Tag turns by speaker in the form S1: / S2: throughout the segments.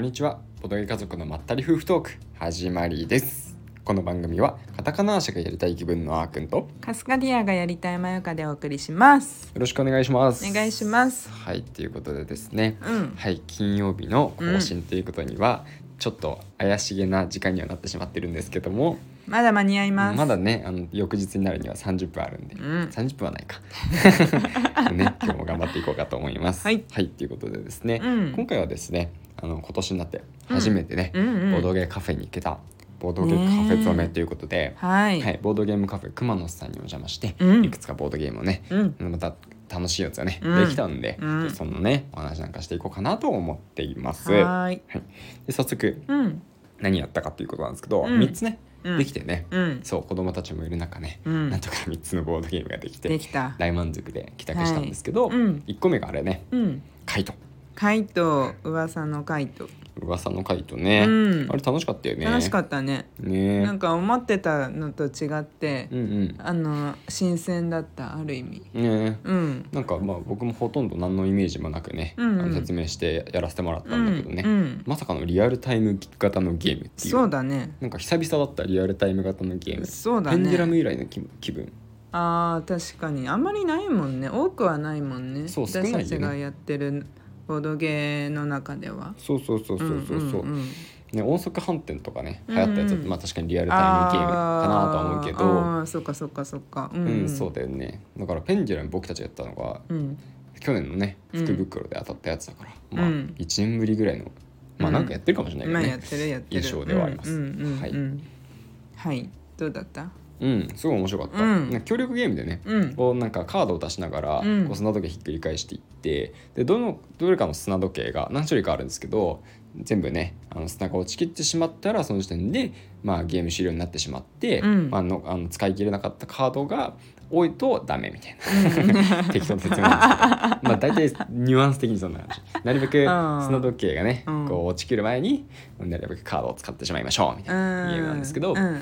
S1: にちはボドゲ家族のまったり夫婦トーク始まりですこの番組はカタカナーシャがやりたい気分のあーくんとよ
S2: カスカディアがやりたいまゆかでお送りします。
S1: ろしくお願いします
S2: お願いします
S1: はいということでですね
S2: うん。
S1: はい金曜日の更新ということには、ちょっと怪しげな時間にはなってしまってるんですけども
S2: まだ間に合います。
S1: まだねあの翌日になるには30分あるんで、
S2: うん
S1: 30分はない かね今日も頑張っていこうかと思います
S2: はい
S1: ということでですね、
S2: うん
S1: 今回はですねあの今年になって初めてね、
S2: うんうん
S1: ボードゲーカフェに行けたボードゲーカフェ詰めということで、
S2: はい。
S1: はい、ボードゲームカフェ熊野さんにお邪魔して、
S2: うん
S1: いくつかボードゲームをね、
S2: うん。
S1: また楽しいやつがね、
S2: うん
S1: できたんで、
S2: うん
S1: そのねお話なんかしていこうかなと思っています。
S2: はーい。
S1: で早速
S2: うん。
S1: 何やったかっていうことなんですけど、
S2: うん
S1: 3つね、
S2: うん
S1: できてね、
S2: うん。
S1: そう子供たちもいる中ね、
S2: うん
S1: なんとか3つのボードゲームができて
S2: できた。
S1: 大満足で帰宅したんですけど、
S2: うん。
S1: 1個目があれね
S2: うん。
S1: カイト
S2: カイト、噂のカイト。
S1: 噂のカイトね、
S2: うん
S1: あれ楽しかったよね
S2: 楽しか
S1: っ
S2: ったね。
S1: たね
S2: なんか思ってたのと違って
S1: う、んうん
S2: あの新鮮だったある意味。
S1: ね
S2: うん。
S1: なんかまあ僕もほとんど何のイメージもなくね、
S2: うんうん
S1: あの説明してやらせてもらったんだけどね、
S2: うんうん
S1: まさかのリアルタイム型のゲームっていう
S2: そうだね。
S1: なんか久々だったリアルタイム型のゲーム、
S2: そうだ
S1: ペンデュラム
S2: ね。
S1: 以来の気気分
S2: ああ確かにあんまりないもんね。多くはないもんね。
S1: そう少ない
S2: 私
S1: よね
S2: たちがやってるボードゲーの中では。
S1: そうそうそうそうそうそう,、
S2: んんん
S1: ね音速反転とかね流行ったやつ、
S2: うんうん
S1: まあ確かにリアルタイムゲームかなとは思うけど
S2: あーあーそうかそうかそうかう、
S1: うんん、そうだよねだからペンデュラム僕たちがやったのが
S2: うん
S1: 去年のね
S2: うん
S1: 福袋で当たったやつだから、
S2: う
S1: まあ
S2: ん
S1: 1年ぶりぐらいのまあ
S2: うん
S1: なんかやってるかもしれ
S2: ま
S1: な
S2: あ
S1: いけ
S2: や
S1: ど
S2: っ
S1: ね、
S2: てるやってる
S1: 印象ではあります
S2: うんうんうん
S1: はい
S2: うんはいどうだった
S1: うんすごい面白かった、
S2: うん
S1: なんか協力ゲームでね、
S2: うん
S1: こうなんかカードを出しながら、
S2: うん
S1: こう砂時計ひっくり返していってでどのどれかの砂時計が何種類かあるんですけど全部ねあの砂が落ちきってしまったらその時点で、まあ、ゲーム終了になってしまって、
S2: うん
S1: まあ、あのあの使い切れなかったカードが多いとダメみたいな 適当な説明なんですけどまあ大体ニュアンス的にそんな感じなるべく
S2: あー
S1: 砂時計がね、
S2: うん
S1: こう落ちきる前になるべくカードを使ってしまいましょうみたいなゲームなんですけど、
S2: うんうん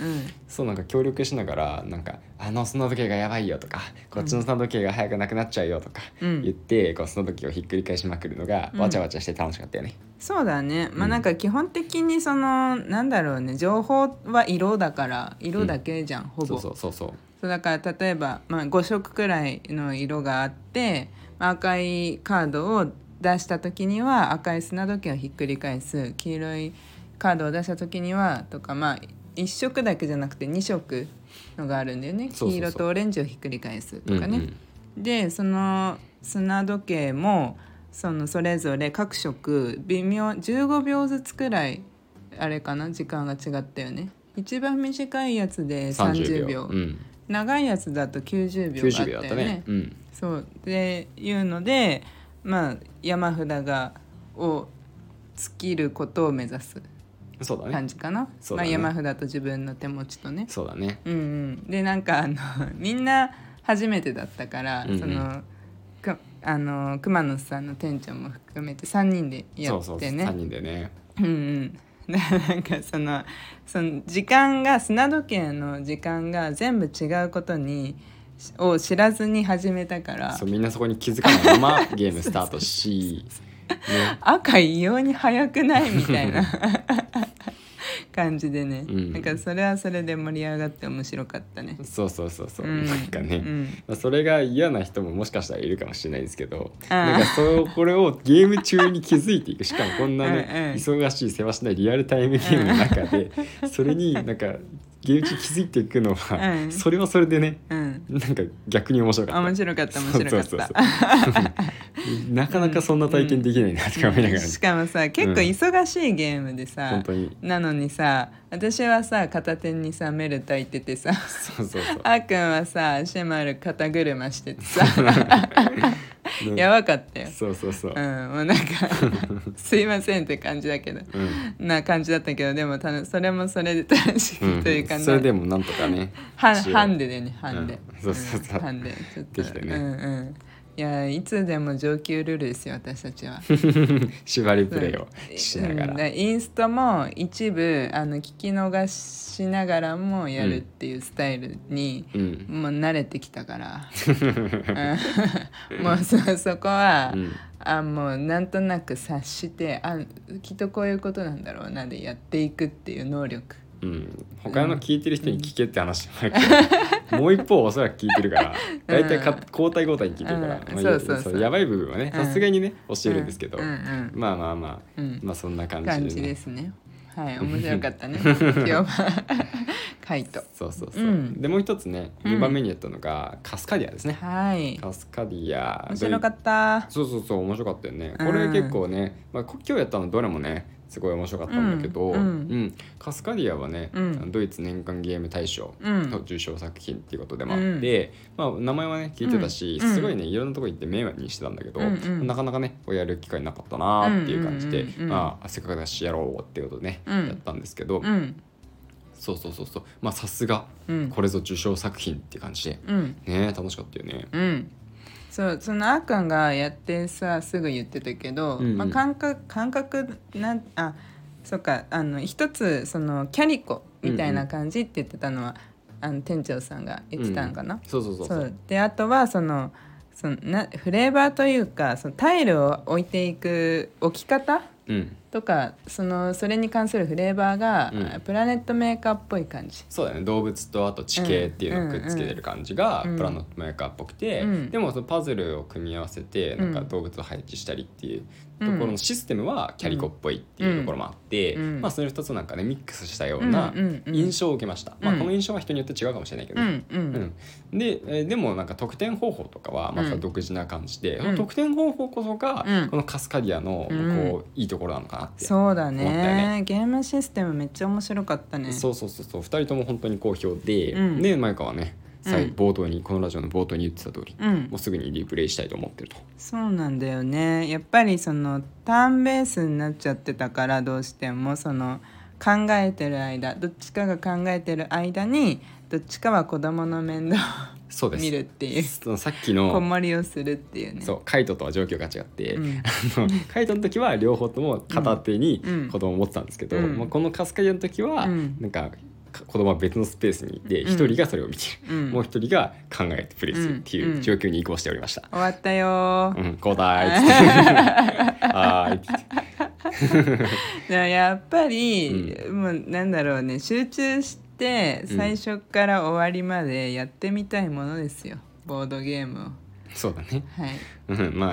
S1: そうなんか協力しながらなんかあの砂時計がやばいよとかこっちの砂時計が早くなくなっちゃうよとか
S2: うん
S1: 言って、こう砂時計をひっくり返しまくるのが
S2: うん
S1: わちゃわちゃして楽しかったよね。
S2: そうだねま
S1: う
S2: あ
S1: ん
S2: なんか基本的にそのなんだろうね情報は色だから色だけじゃん、ほぼ
S1: そうそうそうそう。
S2: そうだから例えば、まあ、5色くらいの色があってまあ赤いカードを出した時には赤い砂時計をひっくり返す黄色いカードを出した時にはとかまあ1色だけじゃなくて2色のがあるんだよね
S1: そうそうそう
S2: 黄色とオレンジをひっくり返すとかね。
S1: うんうん
S2: でその砂時計もそのそれぞれ各色微妙15秒ずつくらいあれかな時間が違ったよね。一番短いやつで30秒
S1: うん、
S2: 長いやつだと90秒
S1: 90
S2: が
S1: 秒だ
S2: あっ
S1: ったた
S2: よ
S1: ね
S2: ね。
S1: うん、
S2: そうっていうので、まあ、山札がを尽きることを目指す
S1: そうだ
S2: 感
S1: ね。
S2: じかな、
S1: そう
S2: ま
S1: だ
S2: あ、
S1: ね
S2: 山札と自分の手持ちとね。
S1: そうだね。
S2: うんうん、でなんかあの みんな初めてだったから、
S1: うんうん
S2: そのくあの熊野さんの店長も含めて3人でや
S1: そ
S2: っ
S1: うそう
S2: てね。
S1: 三人でね。
S2: うんうん だからなんかそのその時間が砂時計の時間が全部違うことにしを知らずに始めたから
S1: そうみんなそこに気づかないままゲームスタート し、ね、
S2: 赤異様に早くないみた いな感じでね、
S1: うん
S2: なんかそれはそれで盛り上がって面白かったね。
S1: そうそうそうそう、
S2: うん
S1: なんかね。
S2: うん
S1: まあそれが嫌な人ももしかしたらいるかもしれないですけど
S2: ああ
S1: なんかそうこれをゲーム中に気づいていくしかもこんなね
S2: うんうん
S1: 忙しい世話しないリアルタイムゲームの中でそれになんかゲーム中に気づいていくのは、
S2: うん
S1: それはそれでね
S2: うん、
S1: なんか逆に面白か
S2: あ
S1: った。
S2: 面白かった面白かった。
S1: そうそうそうそうなかなかそんな体験できないなとか思いながら、
S2: しかもさ結構忙しいゲームでさ、
S1: 本当に
S2: なのにさ私はさ片手にさメル炊いててさ
S1: そうそうそう
S2: あーくんはさシェマル肩車しててさ
S1: うん
S2: やばかったよ。
S1: そうそうそう、
S2: うん、もうなんかすいませんって感じだけど
S1: うん
S2: な感じだったけどでもたのそれもそれで楽し
S1: う
S2: い
S1: ん
S2: というかな
S1: それでもなんとか ね
S2: ハン
S1: 一応
S2: ハンデでねハンデ、
S1: うんそうそうそうん
S2: ハンデちょっと
S1: できたね
S2: うんうんいやいつでも上級ルールですよ私たちは
S1: 縛りプレイをしなが
S2: うん
S1: ら、
S2: でインストも一部あの聞き逃しながらもやるっていうスタイルに、
S1: うん、
S2: もう慣れてきたから、うんもうそそこは、
S1: うん
S2: あもうなんとなく察してあきっとこういうことなんだろうなでやっていくっていう能力
S1: うん、他の聞いてる人に聞けって話もあるけど、もう一方おそらく聞いてる から大体か交代交代に聞いてるから、
S2: うん
S1: まあ
S2: そうそうそう
S1: やばい部分はね
S2: うん
S1: さすがにね教えるんですけど、
S2: うんうん
S1: まあまあまあ、
S2: うん
S1: まあそんな感じで,、
S2: 感
S1: ね、
S2: じですねはい面白かったね今日は カイト
S1: そうそうそう、
S2: うん
S1: でもう一つね
S2: うん
S1: 2番目にやったのが、カスカディアですね、
S2: はい
S1: カスカディア
S2: 面白かった
S1: そうそうそう面白かったよね
S2: うん
S1: これ結構ね、まあ、こ今日やったのどれもねすごい面白かったんだけど、
S2: うんうん
S1: うんカスカディアはね、
S2: うん
S1: あのドイツ年間ゲーム大賞
S2: うん
S1: の受賞作品っていうことでもあって、まあ、名前はね聞いてたし、
S2: うん
S1: すごいねいろんなとこ行って迷惑にしてたんだけど、
S2: うんうん
S1: なかなかねこうやる機会なかったなーっていう感じで、
S2: うんうんうんうん
S1: まあ、せっかくだしやろうっていうことでね、
S2: うん
S1: やったんですけど、
S2: うん
S1: そうそうそうそうまあさすが
S2: うん
S1: これぞ受賞作品って感じで
S2: うん
S1: ね楽しかったよね。
S2: うんそうそのあーくんがやってさすぐ言ってたけど、
S1: うんうん
S2: まあ、感覚感覚なんあそっかあの一つそのキャリコみたいな感じって言ってたのは、あの店長さんが言ってたのかな
S1: うん、そうそうそうそ
S2: そううであとはそのそのなフレーバーというかそのタイルを置いていく置き方
S1: うん
S2: とかそのそれに関するフレーバーが、
S1: うん
S2: プラネットメーカーっぽい感じ。
S1: そうだね動物とあと地形っていうのをくっつけてる感じが
S2: うん
S1: プラノットメーカーっぽくて、
S2: うん
S1: でもそのパズルを組み合わせてなんか
S2: うん
S1: 動物を配置したりっていうところのシステムはキャリコっぽいっていうところもあって、
S2: うん
S1: まあ、それ2つをなんかねミックスしたような
S2: うんうんうん
S1: 印象を受けました、ま
S2: う
S1: あ、
S2: ん
S1: この印象は人によって違うかもしれないけど
S2: う
S1: ね、
S2: んうん
S1: うんでえーでもなんか得点方法とかはま
S2: う
S1: た
S2: ん
S1: 独自な感じで、
S2: ん
S1: その得点方法こそが
S2: うん
S1: このカスカディアの
S2: うん
S1: こういいところなのかなって、
S2: そうだね
S1: 思ったよね
S2: ゲームシステムめっちゃ面白かったね
S1: そうそうそうそう2人とも本当に好評で、
S2: うん
S1: でマイカはね最
S2: うん
S1: 冒頭に、このラジオの冒頭に言ってた通り、
S2: うん
S1: もうすぐにリプレイしたいと思ってると
S2: そうなんだよねやっぱりそのターンベースになっちゃってたからどうしてもその考えてる間どっちかが考えてる間にどっちかは子供の面倒
S1: そう
S2: を
S1: です
S2: 見るっていう
S1: そのさっき
S2: 子
S1: の
S2: 守りをするっていうね
S1: そうカイトとは状況が違って、
S2: うん
S1: あのカイトの時は両方とも片手に
S2: うん
S1: 子供を持ってたんですけど、
S2: うん
S1: まあ、このカスカディアの時は、
S2: うん
S1: なんかか子供は別のスペースにいて
S2: うん
S1: 一人がそれを見てる、
S2: うん
S1: もう一人が考えてプレイするっていう状況に移行しておりました。
S2: 終わったよ
S1: う
S2: ー、
S1: ん、 交代はーいって言って
S2: だからやっぱり、もうなんだろうね集中して
S1: うん
S2: 最初から終わりまでやってみたいものですよ、ボードゲームを
S1: そうだね
S2: はい
S1: うんまあ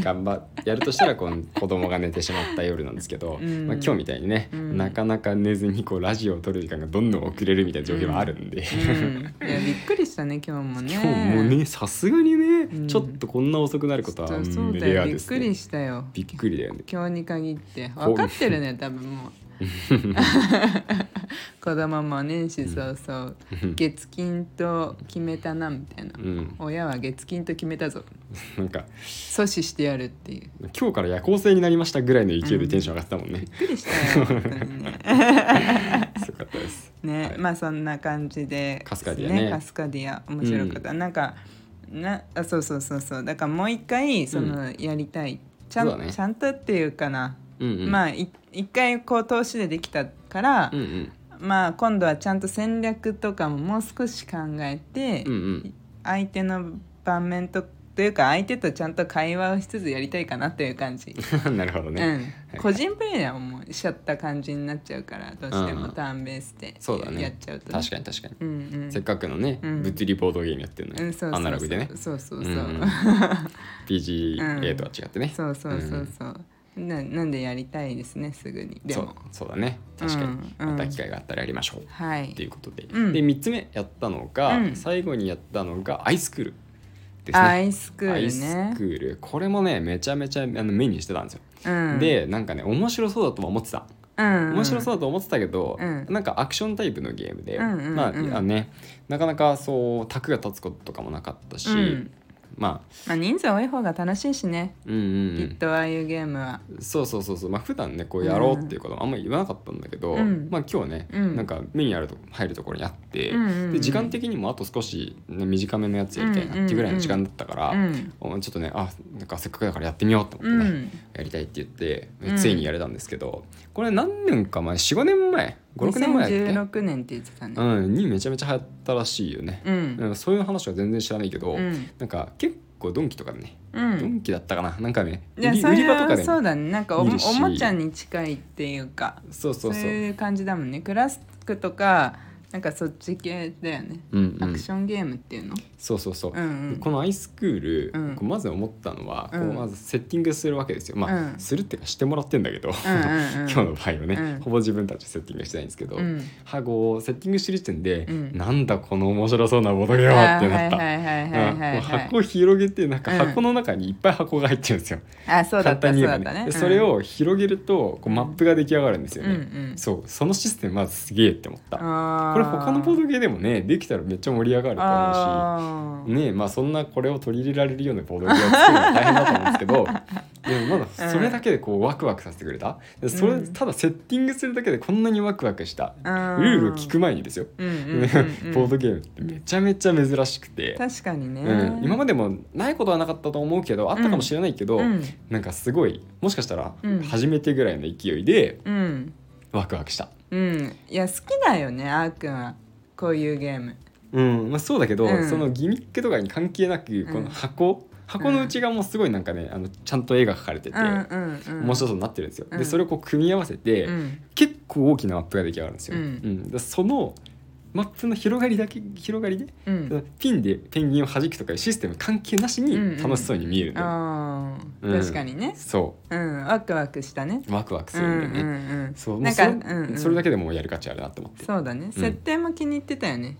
S1: 頑張っやるとしたらこう子供が寝てしまった夜なんですけど、
S2: うん
S1: まあ、今日みたいにね、
S2: うん
S1: なかなか寝ずにこうラジオを撮る時間がどんどん遅れるみたいな状況はあるんで、
S2: うん、いやびっくりしたね今日もね
S1: 今日もねさすがにね、
S2: ん
S1: ちょっとこんな遅くなることは
S2: そう
S1: うん
S2: そうだ
S1: レ
S2: よ、
S1: ア
S2: び
S1: で
S2: っ
S1: す
S2: く
S1: ね
S2: りしたよ
S1: びっくりだよね
S2: 今日に限って
S1: こう
S2: 分かってる ね多分もう子供も年始早 々、月金と決めたなみたいな、
S1: うん
S2: 親は月金と決めたぞ
S1: なんか
S2: 阻止してやるっていう
S1: 今日から夜行性になりましたぐらいの勢いでテンション上がってたもんね、
S2: びっくりしたよ本当にね
S1: すごかったです
S2: ね、
S1: はい
S2: まあそんな感じで
S1: カスカディアね
S2: カスカディア面白かった、なんかなあそうそうそうそうだからもう一回その、やりたいちゃ、
S1: そうんだね
S2: ちゃんとっていうかな
S1: うんうん
S2: まあい一回こう投資でできたから、
S1: うんうん
S2: まあ今度はちゃんと戦略とかももう少し考えて、
S1: うんうん
S2: 相手の盤面とというか相手とちゃんと会話をしつつやりたいかなという感じ、
S1: なるほど
S2: うん
S1: ね、
S2: 個人プレイではもうしちゃった感じになっちゃうからどうして
S1: うんう
S2: も
S1: ん
S2: ターンベースで
S1: そうだね
S2: やっちゃうと、
S1: 確かに確かに、
S2: にうんうん
S1: せっかくのね、
S2: うん
S1: 物理ボードゲームやってるの
S2: う
S1: に、
S2: んそうそうそう
S1: アナログでね
S2: そうそうそうう、
S1: ん PGA とは違ってね、
S2: そうそうそうそう、ななんでやりたいですねすぐにで
S1: そう
S2: も
S1: そうだね確かに、
S2: うんうん
S1: また機会があったらやりましょう
S2: はい
S1: っていうことで、
S2: うん
S1: で3つ目やったのが、
S2: うん
S1: 最後にやったのがアイスクールです
S2: ア
S1: ね
S2: イスクールね
S1: アイスクールこれもねめちゃめちゃあのメニューしてたんですよ、
S2: うん、
S1: でなんかね面白そうだとは思ってた
S2: うん、
S1: 面白そう
S2: う
S1: だと思ってたけど、
S2: うん
S1: なんかアクションタイプのゲームで、
S2: うんうんうん
S1: まああのねなかなかそう卓が立つこととかもなかったし、
S2: うん
S1: まあ
S2: まあ、人数多い方が楽しいしね、
S1: うんうんう
S2: きっ
S1: ん
S2: とああいうゲームは
S1: そうそうそうそうまあ普段ねこうやろうっていうことはあんまり言わなかったんだけど、
S2: うん
S1: まあ今日ね、
S2: うん
S1: なんか目にあると入るところにあって、
S2: うんうんうん
S1: で時間的にもあと少し、ね、短めのやつやりたいなっていうぐらいの時間だったから、
S2: うん
S1: おちょっとねあなんかせっかくだからやってみようと思
S2: う
S1: ってね、
S2: ん
S1: やりたいって言って
S2: うん
S1: ついにやれたんですけど、これ何年か前45年前56年前だっけ、
S2: 2016年って言ってたね
S1: うん、にめちゃめちゃ流行ったらしいよね、
S2: うん
S1: うんそういう話は全然知らないけど、
S2: うん
S1: なんか結構ドンキとかでね、
S2: う
S1: ド
S2: ん
S1: ンキだったかななんかね売
S2: いや
S1: り
S2: そ
S1: 売り
S2: れ
S1: 場とか
S2: は
S1: で
S2: そ
S1: も
S2: うだねなんかおお
S1: 見るし
S2: もちゃに近いっていうか
S1: そうそうそう
S2: そういう感じだもんねクラシックとかなんかそっち系だよね、
S1: うんう
S2: ア
S1: ん
S2: クションゲームっていうの
S1: そうそうそう、
S2: うんうん
S1: このアイスクール、
S2: うん
S1: こうまず思ったのは、
S2: うん
S1: こうまずセッティングするわけですよまあ、
S2: うん
S1: するっていうかしてもらってんだけど、
S2: うんうんう
S1: 今
S2: ん
S1: 日の場合はね、
S2: うん
S1: ほぼ自分たちでセッティングしてないんですけど、
S2: うん
S1: はこうセッティングしてる時点で、
S2: うん
S1: なんだこの面白そうなボトゲは
S2: あ
S1: っ
S2: ー
S1: て
S2: は
S1: なっ
S2: い
S1: た。
S2: はいはいは
S1: うん
S2: いは
S1: もう
S2: い
S1: 箱
S2: は
S1: を広げてなんか
S2: うん
S1: 箱の中にいっぱい箱が入ってるんですよ、
S2: いあそうだ
S1: 簡
S2: った
S1: 単
S2: そ
S1: に
S2: う
S1: 言
S2: だ
S1: えば
S2: っ
S1: ね
S2: たね
S1: で
S2: うん
S1: それを広げるとこうマップが出来上がるんです
S2: う
S1: よ
S2: んう
S1: ね、
S2: ん
S1: そうそのシステムまずすげえって思った
S2: こ
S1: これ他のボードゲーでもねできたらめっちゃ盛り上がると思うし
S2: あー
S1: ねえまあそんなこれを取り入れられるようなボードゲームを作るのは大変だと思うんです けどでもまだそれだけでこうワクワクさせてくれたでそれ
S2: うん
S1: ただセッティングするだけでこんなにワクワクしたル
S2: あ
S1: ールを聞く前にですよ、
S2: うんうんうんう
S1: ボー
S2: ん
S1: ドゲームってめちゃめちゃ珍しくて、
S2: 確かにね、
S1: うん、今までもないことはなかったと思うけどあったかもしれないけど、
S2: うん
S1: なんかすごいもしかしたら
S2: うん
S1: 初めてぐらいの勢いで
S2: うん
S1: ワクワクした。
S2: うんいや好きだよねあーくんはこういうゲーム
S1: うんまあ、そうだけど、
S2: うん
S1: そのギミックとかに関係なくこ
S2: うん
S1: の箱、箱の内側もすごいなんかねあのちゃんと絵が描かれてて、
S2: うんうんうん
S1: 面白そうになってるんですよ、
S2: うん
S1: でそれをこう組み合わせて、
S2: うん
S1: 結構大きなマップが出来上がるんですよ、
S2: うん
S1: でそのマップの広がりだけ広がりで、
S2: うん
S1: そのピンでペンギンを弾くとかいうシステム関係なし
S2: うんう
S1: に
S2: ん
S1: 楽しそうに見えるんだよ、
S2: あー
S1: うん
S2: 確かにね、
S1: そ
S2: うん、ワクワクしたね
S1: うワクワクす
S2: う
S1: る
S2: ん
S1: ん
S2: う
S1: だよ
S2: ん
S1: ね、
S2: うん
S1: そうもう
S2: な
S1: んそ
S2: か
S1: れ,、
S2: うんうん
S1: それだけでもうやる価値あるなと思って
S2: そうだね、設定も気に入ってたよね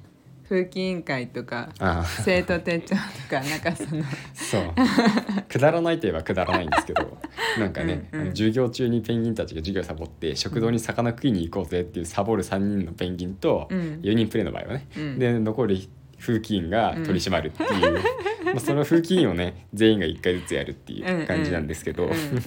S2: 風紀委員会 とか
S1: ああ
S2: 生徒手帳とかなん かその
S1: そう くだらないといえばくだらないんですけ どなんかね、
S2: うんう
S1: あ
S2: ん
S1: の授業中にペンギンたちが授業サボって食堂に魚食いに行こうぜっていうサボる3人のペンギンと
S2: うん
S1: 4人プレイの場合はね、
S2: うん
S1: で残る風紀委員が取り締まるっていう、 まあその風紀委員をね全員が1回ずつやるっていう感じなんですけど、
S2: うんうん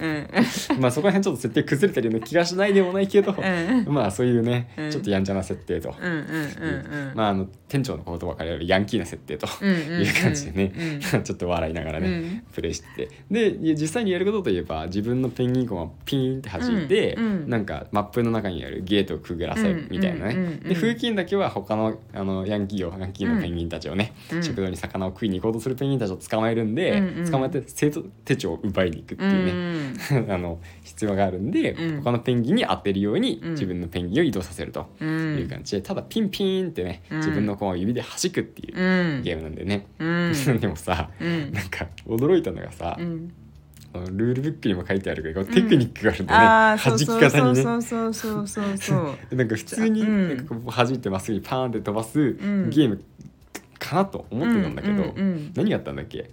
S1: まあそこら辺ちょっと設定崩れてるような気がしないでもないけど、
S2: う
S1: まあそういうね、
S2: うん
S1: ちょっとやんちゃな設定と。
S2: うんうんうんうん
S1: まあ、あの店長の言葉から言えばヤンキーな設定と
S2: うんうんうん
S1: いう感じでね、 ちょっと笑いながらね、
S2: うん
S1: プレイしててで実際にやることといえば自分のペンギンコンはピーンって弾いて、
S2: うんうん
S1: なんかマップの中にあるゲートをくぐらせるみたいなね、
S2: うんうんうんうん
S1: で風紀委員だけは他のあのヤンキーをヤンキーのペンギンたちをね、
S2: うん
S1: 食堂に魚を食いに行こうとするペンギンたちを捕まえるんで、
S2: うんうん
S1: 捕まえて生徒手帳を奪いに行くっていうね、
S2: うん
S1: あの必要があるんで、
S2: うん
S1: 他のペンギンに当てるように
S2: うん
S1: 自分のペンギンを移動させると
S2: う
S1: いうん感じで、ただピンピーンってね、
S2: うん
S1: 自分のコンを指で弾くっていう
S2: うん
S1: ゲームなんでね、
S2: うん
S1: でもさ、
S2: うん
S1: なんか驚いたのがさ、
S2: うん
S1: このルールブックにも書いてあるけどテクニックがあるんだ
S2: ああ
S1: ね、
S2: そう
S1: 弾き
S2: そう
S1: 方
S2: そ
S1: に
S2: う
S1: ね
S2: そうそうそうそう そう
S1: なんか普通に
S2: うん
S1: なんかこう弾いてまっすぐにパーンって飛ばす
S2: ん
S1: ゲームかなと思ってたんだけど、
S2: うんうんうん
S1: 何やったんだっけ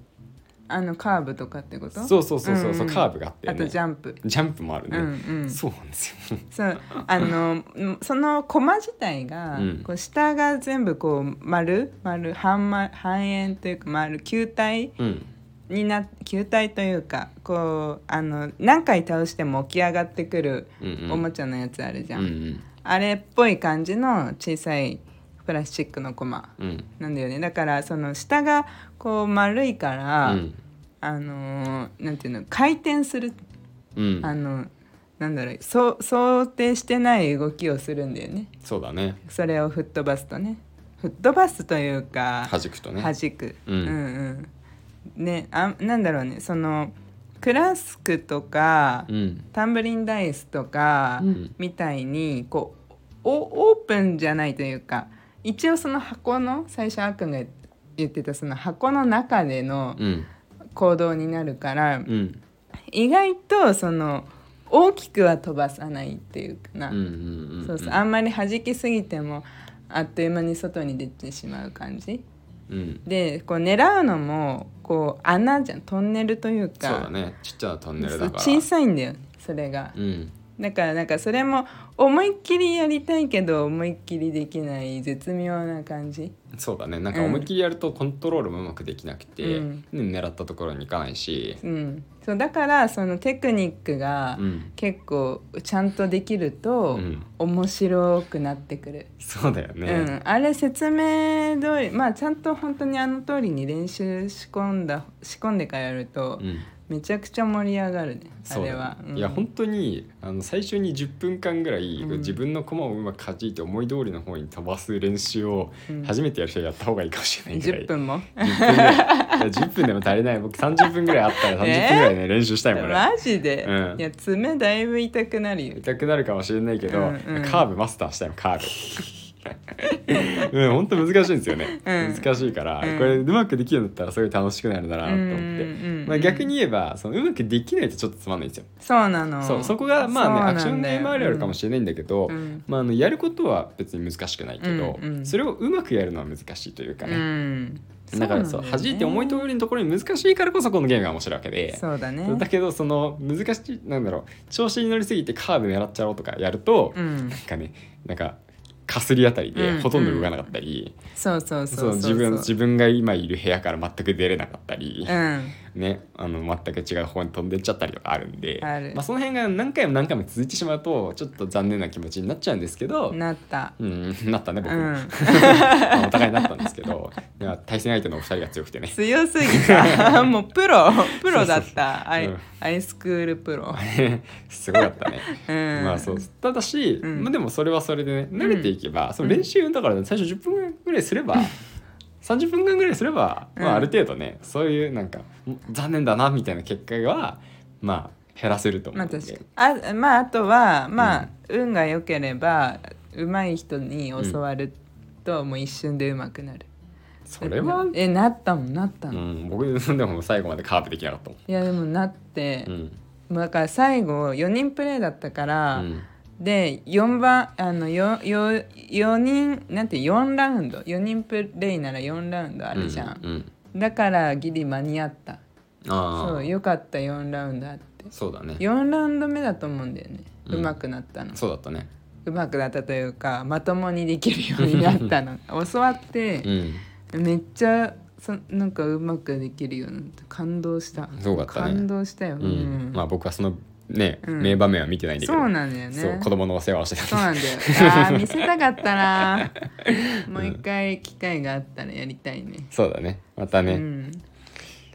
S2: あのカーブとかってこと
S1: そうそうそうそう、
S2: んん
S1: カーブがあって、ね、
S2: あとジャンプ
S1: ジャンプもあるね、
S2: うんうん
S1: そうなんですよ
S2: そうあのうんそのコマ自体が、
S1: うん
S2: こう下が全部こう丸丸半丸半円というか丸球体
S1: うん
S2: にな球体というかこうあの何回倒しても起き上がってくる
S1: うんうん
S2: おもちゃのやつあるじゃ
S1: うんうん
S2: あれっぽい感じの小さいプラスチックのコマ
S1: うん
S2: なんだよねだからその下がこう丸いから、
S1: うん
S2: あのーなんていうの回転する、
S1: うん
S2: あのなんだろうそう想定してない動きをするんだよね
S1: そうだね
S2: それを吹っ飛ばすとね吹っ飛ばすというか
S1: 弾くとね
S2: 弾く、
S1: うん
S2: うんうんねあなんだろうねそのクラスクとか、
S1: うん
S2: タンブリンダイスとか、
S1: うん
S2: みたいにこうおオープンじゃないというか一応その箱の最初あっくんが言ってたその箱の中での
S1: うん
S2: 行動になるから、
S1: うん
S2: 意外とその大きくは飛ばさないっていうかな、
S1: うんうんうん
S2: そうそうあんまり弾きすぎてもあっという間に外に出てしまう感じ
S1: うん
S2: でこう狙うのもこう穴じゃんトンネルというか
S1: そうだねちっちゃなトンネルだから
S2: そう小さいんだよそれが。
S1: うん
S2: だからなんかそれも思いっきりやりたいけど思いっきりできない絶妙な感じ
S1: そうだねなんか思いっきりやるとコントロールもうまくできなくて、
S2: うん
S1: ね狙ったところに行かないし、
S2: うんそうだからそのテクニックが
S1: うん
S2: 結構ちゃんとできると
S1: うん
S2: 面白くなってくる、
S1: そうだよ
S2: うん
S1: ね、
S2: あれ説明通りまあちゃんと本当にあの通りに練習仕込んだ仕込んでからやると
S1: うん
S2: めちゃくちゃ盛り上がるねあ
S1: そうだ
S2: れ
S1: ね
S2: は。うん
S1: いや本当にあの最初に10分間ぐらい、
S2: うん
S1: 自分の駒をうまく弾いて思い通りの方に飛ばす練習を
S2: うん
S1: 初めてやる人はやった方がいいかもしれないぐらい
S2: 10分も
S1: 10分ぐらいいや10分でも足りない僕30分ぐらいあったら30分ぐら いね、練習したいもんね
S2: マジで、
S1: うん
S2: いや爪だいぶ痛くなるよ
S1: 痛くなるかもしれないけど、
S2: うんうん
S1: カーブマスターしたいもんカーブ うん本当難しいんですよね、
S2: うん
S1: 難しいから、
S2: うん
S1: これうまくできるんだったらすごい楽しくなるだなと思って、
S2: うんうんうん
S1: まあ、逆に言えばそのうまくできないとちょっとつまんないんですよ、
S2: そうなの
S1: そうそこがまあねアクションの
S2: で
S1: 回りあるかもしれないんだけど、
S2: うん
S1: まあ、あのやることは別に難しくないけど、
S2: うんうん
S1: それをうまくやるのは難しいというかね、
S2: うん
S1: だからそう弾いて思い通りのところに難しいからこそこのゲームが面白いわけで
S2: そうだね
S1: そうだけどその難しいなんだろう調子に乗りすぎてカーブ狙っちゃおうとかやると、
S2: うん
S1: なんかねなんかかすりあたり
S2: う
S1: で
S2: ん
S1: ほとんど動かなかったり、
S2: そうそう
S1: そ
S2: そううそう
S1: 自分自分が今いる部屋から全く出れなかったり、
S2: うん
S1: ね、あの全く違う方に飛んでっちゃったりとかあるんで
S2: ある
S1: まあ、その辺が何回も何回も続いてしまうとちょっと残念な気持ちになっちゃうんですけど。
S2: なった
S1: うん、なったね
S2: う
S1: 僕も、
S2: ん
S1: まあお互いになったんですけどいや対戦相手のお二人が強くてね
S2: 強すぎた もうプロプロだったアイ,、
S1: うん
S2: アイスクールプロ、
S1: すごかったね。
S2: うん、
S1: まあそうただし、
S2: うん
S1: まあ、でもそれはそれでね慣れていけば、その練習だから最初10分ぐらいす れば、30分間ぐらいすれば、ま
S2: うん
S1: あ、ある程度ねそういうなんか残念だなみたいな結果はまあ減らせると思
S2: ま
S1: う
S2: あ
S1: んで、
S2: 確かにあまああとはまあ、運が良ければ上手い人に教わると、もう一瞬で上手くなる
S1: それは、
S2: えなったもんなった
S1: う
S2: もん、
S1: ん、僕でも最後までカーブできなかった もん。
S2: いやでもなって
S1: う、ん
S2: まあだから最後4人プレーだったか
S1: う
S2: ら、
S1: ん
S2: で4番あの 4, 4, 人なんて4ラウンド4人プレイなら4ラウンドあるじゃん、
S1: うんうん
S2: だからギリ間に合った
S1: あ
S2: そ
S1: あ
S2: うよかった4ラウンドあって
S1: そうだね
S2: 4ラウンド目だと思うんだよね、
S1: う
S2: うんまくなったの
S1: そうだったね
S2: うまくなったというかまともにできるようになっ たの教わっ
S1: う
S2: て、
S1: ん
S2: めっちゃそなんかうまくできるようになって感動した
S1: そうだったね
S2: 感動したよ、
S1: うんまあ僕はそのね、
S2: うん
S1: 名場面は見てないんだけ
S2: そ
S1: ど
S2: うなんだよね
S1: そう子供のお世話をしてたんで
S2: そうな んだよあー見せたかったなもう一回機会があったらやりたいね
S1: そうだね。また
S2: う
S1: ね、
S2: ん、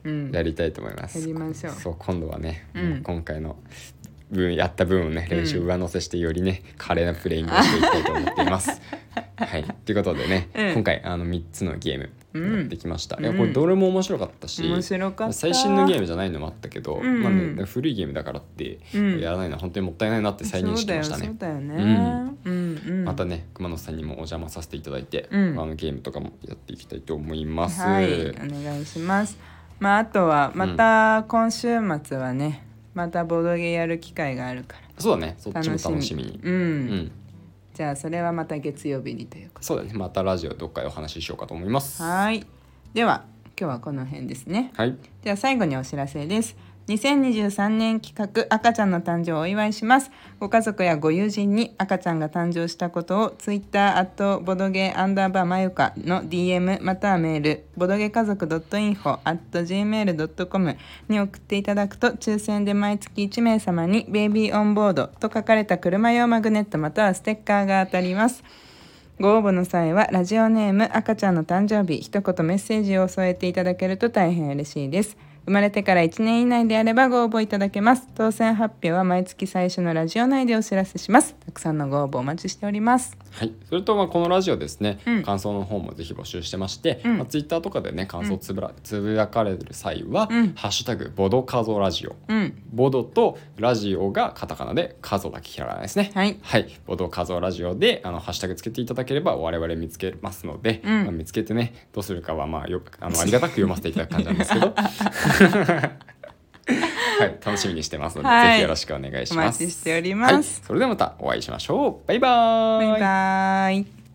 S2: うん、
S1: やりたいと思います。
S2: やりましょう
S1: そう、今度はね、
S2: うん
S1: もう今回の分やった分をね、
S2: ん
S1: 練習上乗せしてよりね、華麗なプレイングをしていきたいと思ってい ます。はい、ということでね、
S2: うん
S1: 今回あの三つのゲーム。
S2: うん
S1: やってきました、
S2: うん
S1: いやこれどれも面白かったし
S2: 面白かった
S1: 最新のゲームじゃないのもあったけど、
S2: んうん
S1: まあね、古いゲームだからって、
S2: うん
S1: やらないのは本当にもったいないなって再認識しましたね
S2: そうだよそうだよね、うんうん
S1: またね熊野さんにもお邪魔させていただいて、
S2: うん
S1: あのゲームとかもやっていきたいと思います、
S2: はい、お願いします。まああとはまた今週末はね、またボードゲーやる機会があるか
S1: そうだねそっ
S2: ら
S1: ちも
S2: 楽しみ。
S1: 楽しみに
S2: うん、
S1: うん、
S2: じゃあそれはまた月曜日にということ
S1: そうだね。またラジオどっかでお話ししようかと思います。
S2: で。はい。では今日はこの辺ですね。
S1: はい。
S2: では最後にお知らせです。2023年企画赤ちゃんの誕生をお祝いします。ご家族やご友人に赤ちゃんが誕生したことを Twitter アットボドゲアンダーバーマユカの DM またはメールボドゲ家族 .info アット gmail.com に送っていただくと抽選で毎月1名様にベイビーオンボードと書かれた車用マグネットまたはステッカーが当たります。ご応募の際はラジオネーム赤ちゃんの誕生日一言メッセージを添えていただけると大変嬉しいです生まれてから1年以内であればご応募いただけます当選発表は毎月最初のラジオ内でお知らせしますたくさんのご応募お待ちしております
S1: はい。それとまあこのラジオですね、
S2: うん
S1: 感想の方もぜひ募集してまして、
S2: うん
S1: まあツイッターとかでね感想つぶら、つぶやかれる際は、
S2: うん
S1: ハッシュタグボドカゾラジオ。
S2: うん
S1: ボドとラジオがカタカナでカゾだけひらがなですね。
S2: はい
S1: ボドカゾラジオであのハッシュタグつけていただければ我々見つけますので、
S2: うん
S1: まあ見つけてねどうするかはまあよあのありがたく読ませていただく感じなんです けど。はい、楽しみにしてますので、
S2: はい
S1: ぜひよろしくお願いします。
S2: お待ちしております
S1: はい、それではまたお会いしましょう。バイバー
S2: バイバイ